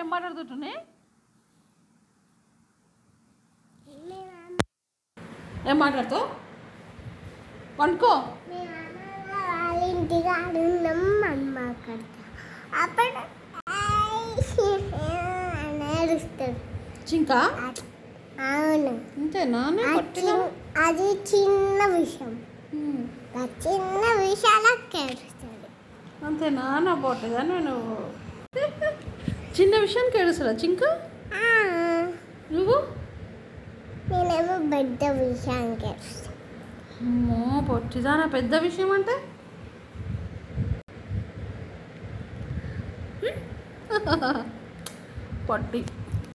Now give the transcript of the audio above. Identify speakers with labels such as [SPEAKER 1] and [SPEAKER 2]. [SPEAKER 1] ఏం మాట్లాడుతుంటుని
[SPEAKER 2] మీ అమ్మ
[SPEAKER 1] ఏం మాట్లాడుతావు వండుకో
[SPEAKER 2] మీ అమ్మ వాళ్ళ ఇంటి కాడ ఉన్నాం అమ్మ అక్కడ అప్పుడు "ఐ" అని అరుస్తాడు
[SPEAKER 1] చింకా
[SPEAKER 2] అది- అవును
[SPEAKER 1] ఇంతేనా నేను
[SPEAKER 2] ఆ
[SPEAKER 1] పట్టిన
[SPEAKER 2] చిన్- అది చిన్న విషయం ఆ చిన్న విషయాలకు అరుస్తాడు
[SPEAKER 1] అంతేనా నా పొట్టదా నేను చిన్న విషయానికి ఏడుస్తారా చింకా
[SPEAKER 2] ఆ,
[SPEAKER 1] నువ్వు
[SPEAKER 2] నేనేమో పెద్ద విషయానికి అరుస్తాను
[SPEAKER 1] అమ్మో పొట్టిదా నా పెద్ద విషయం అంటే పొట్టి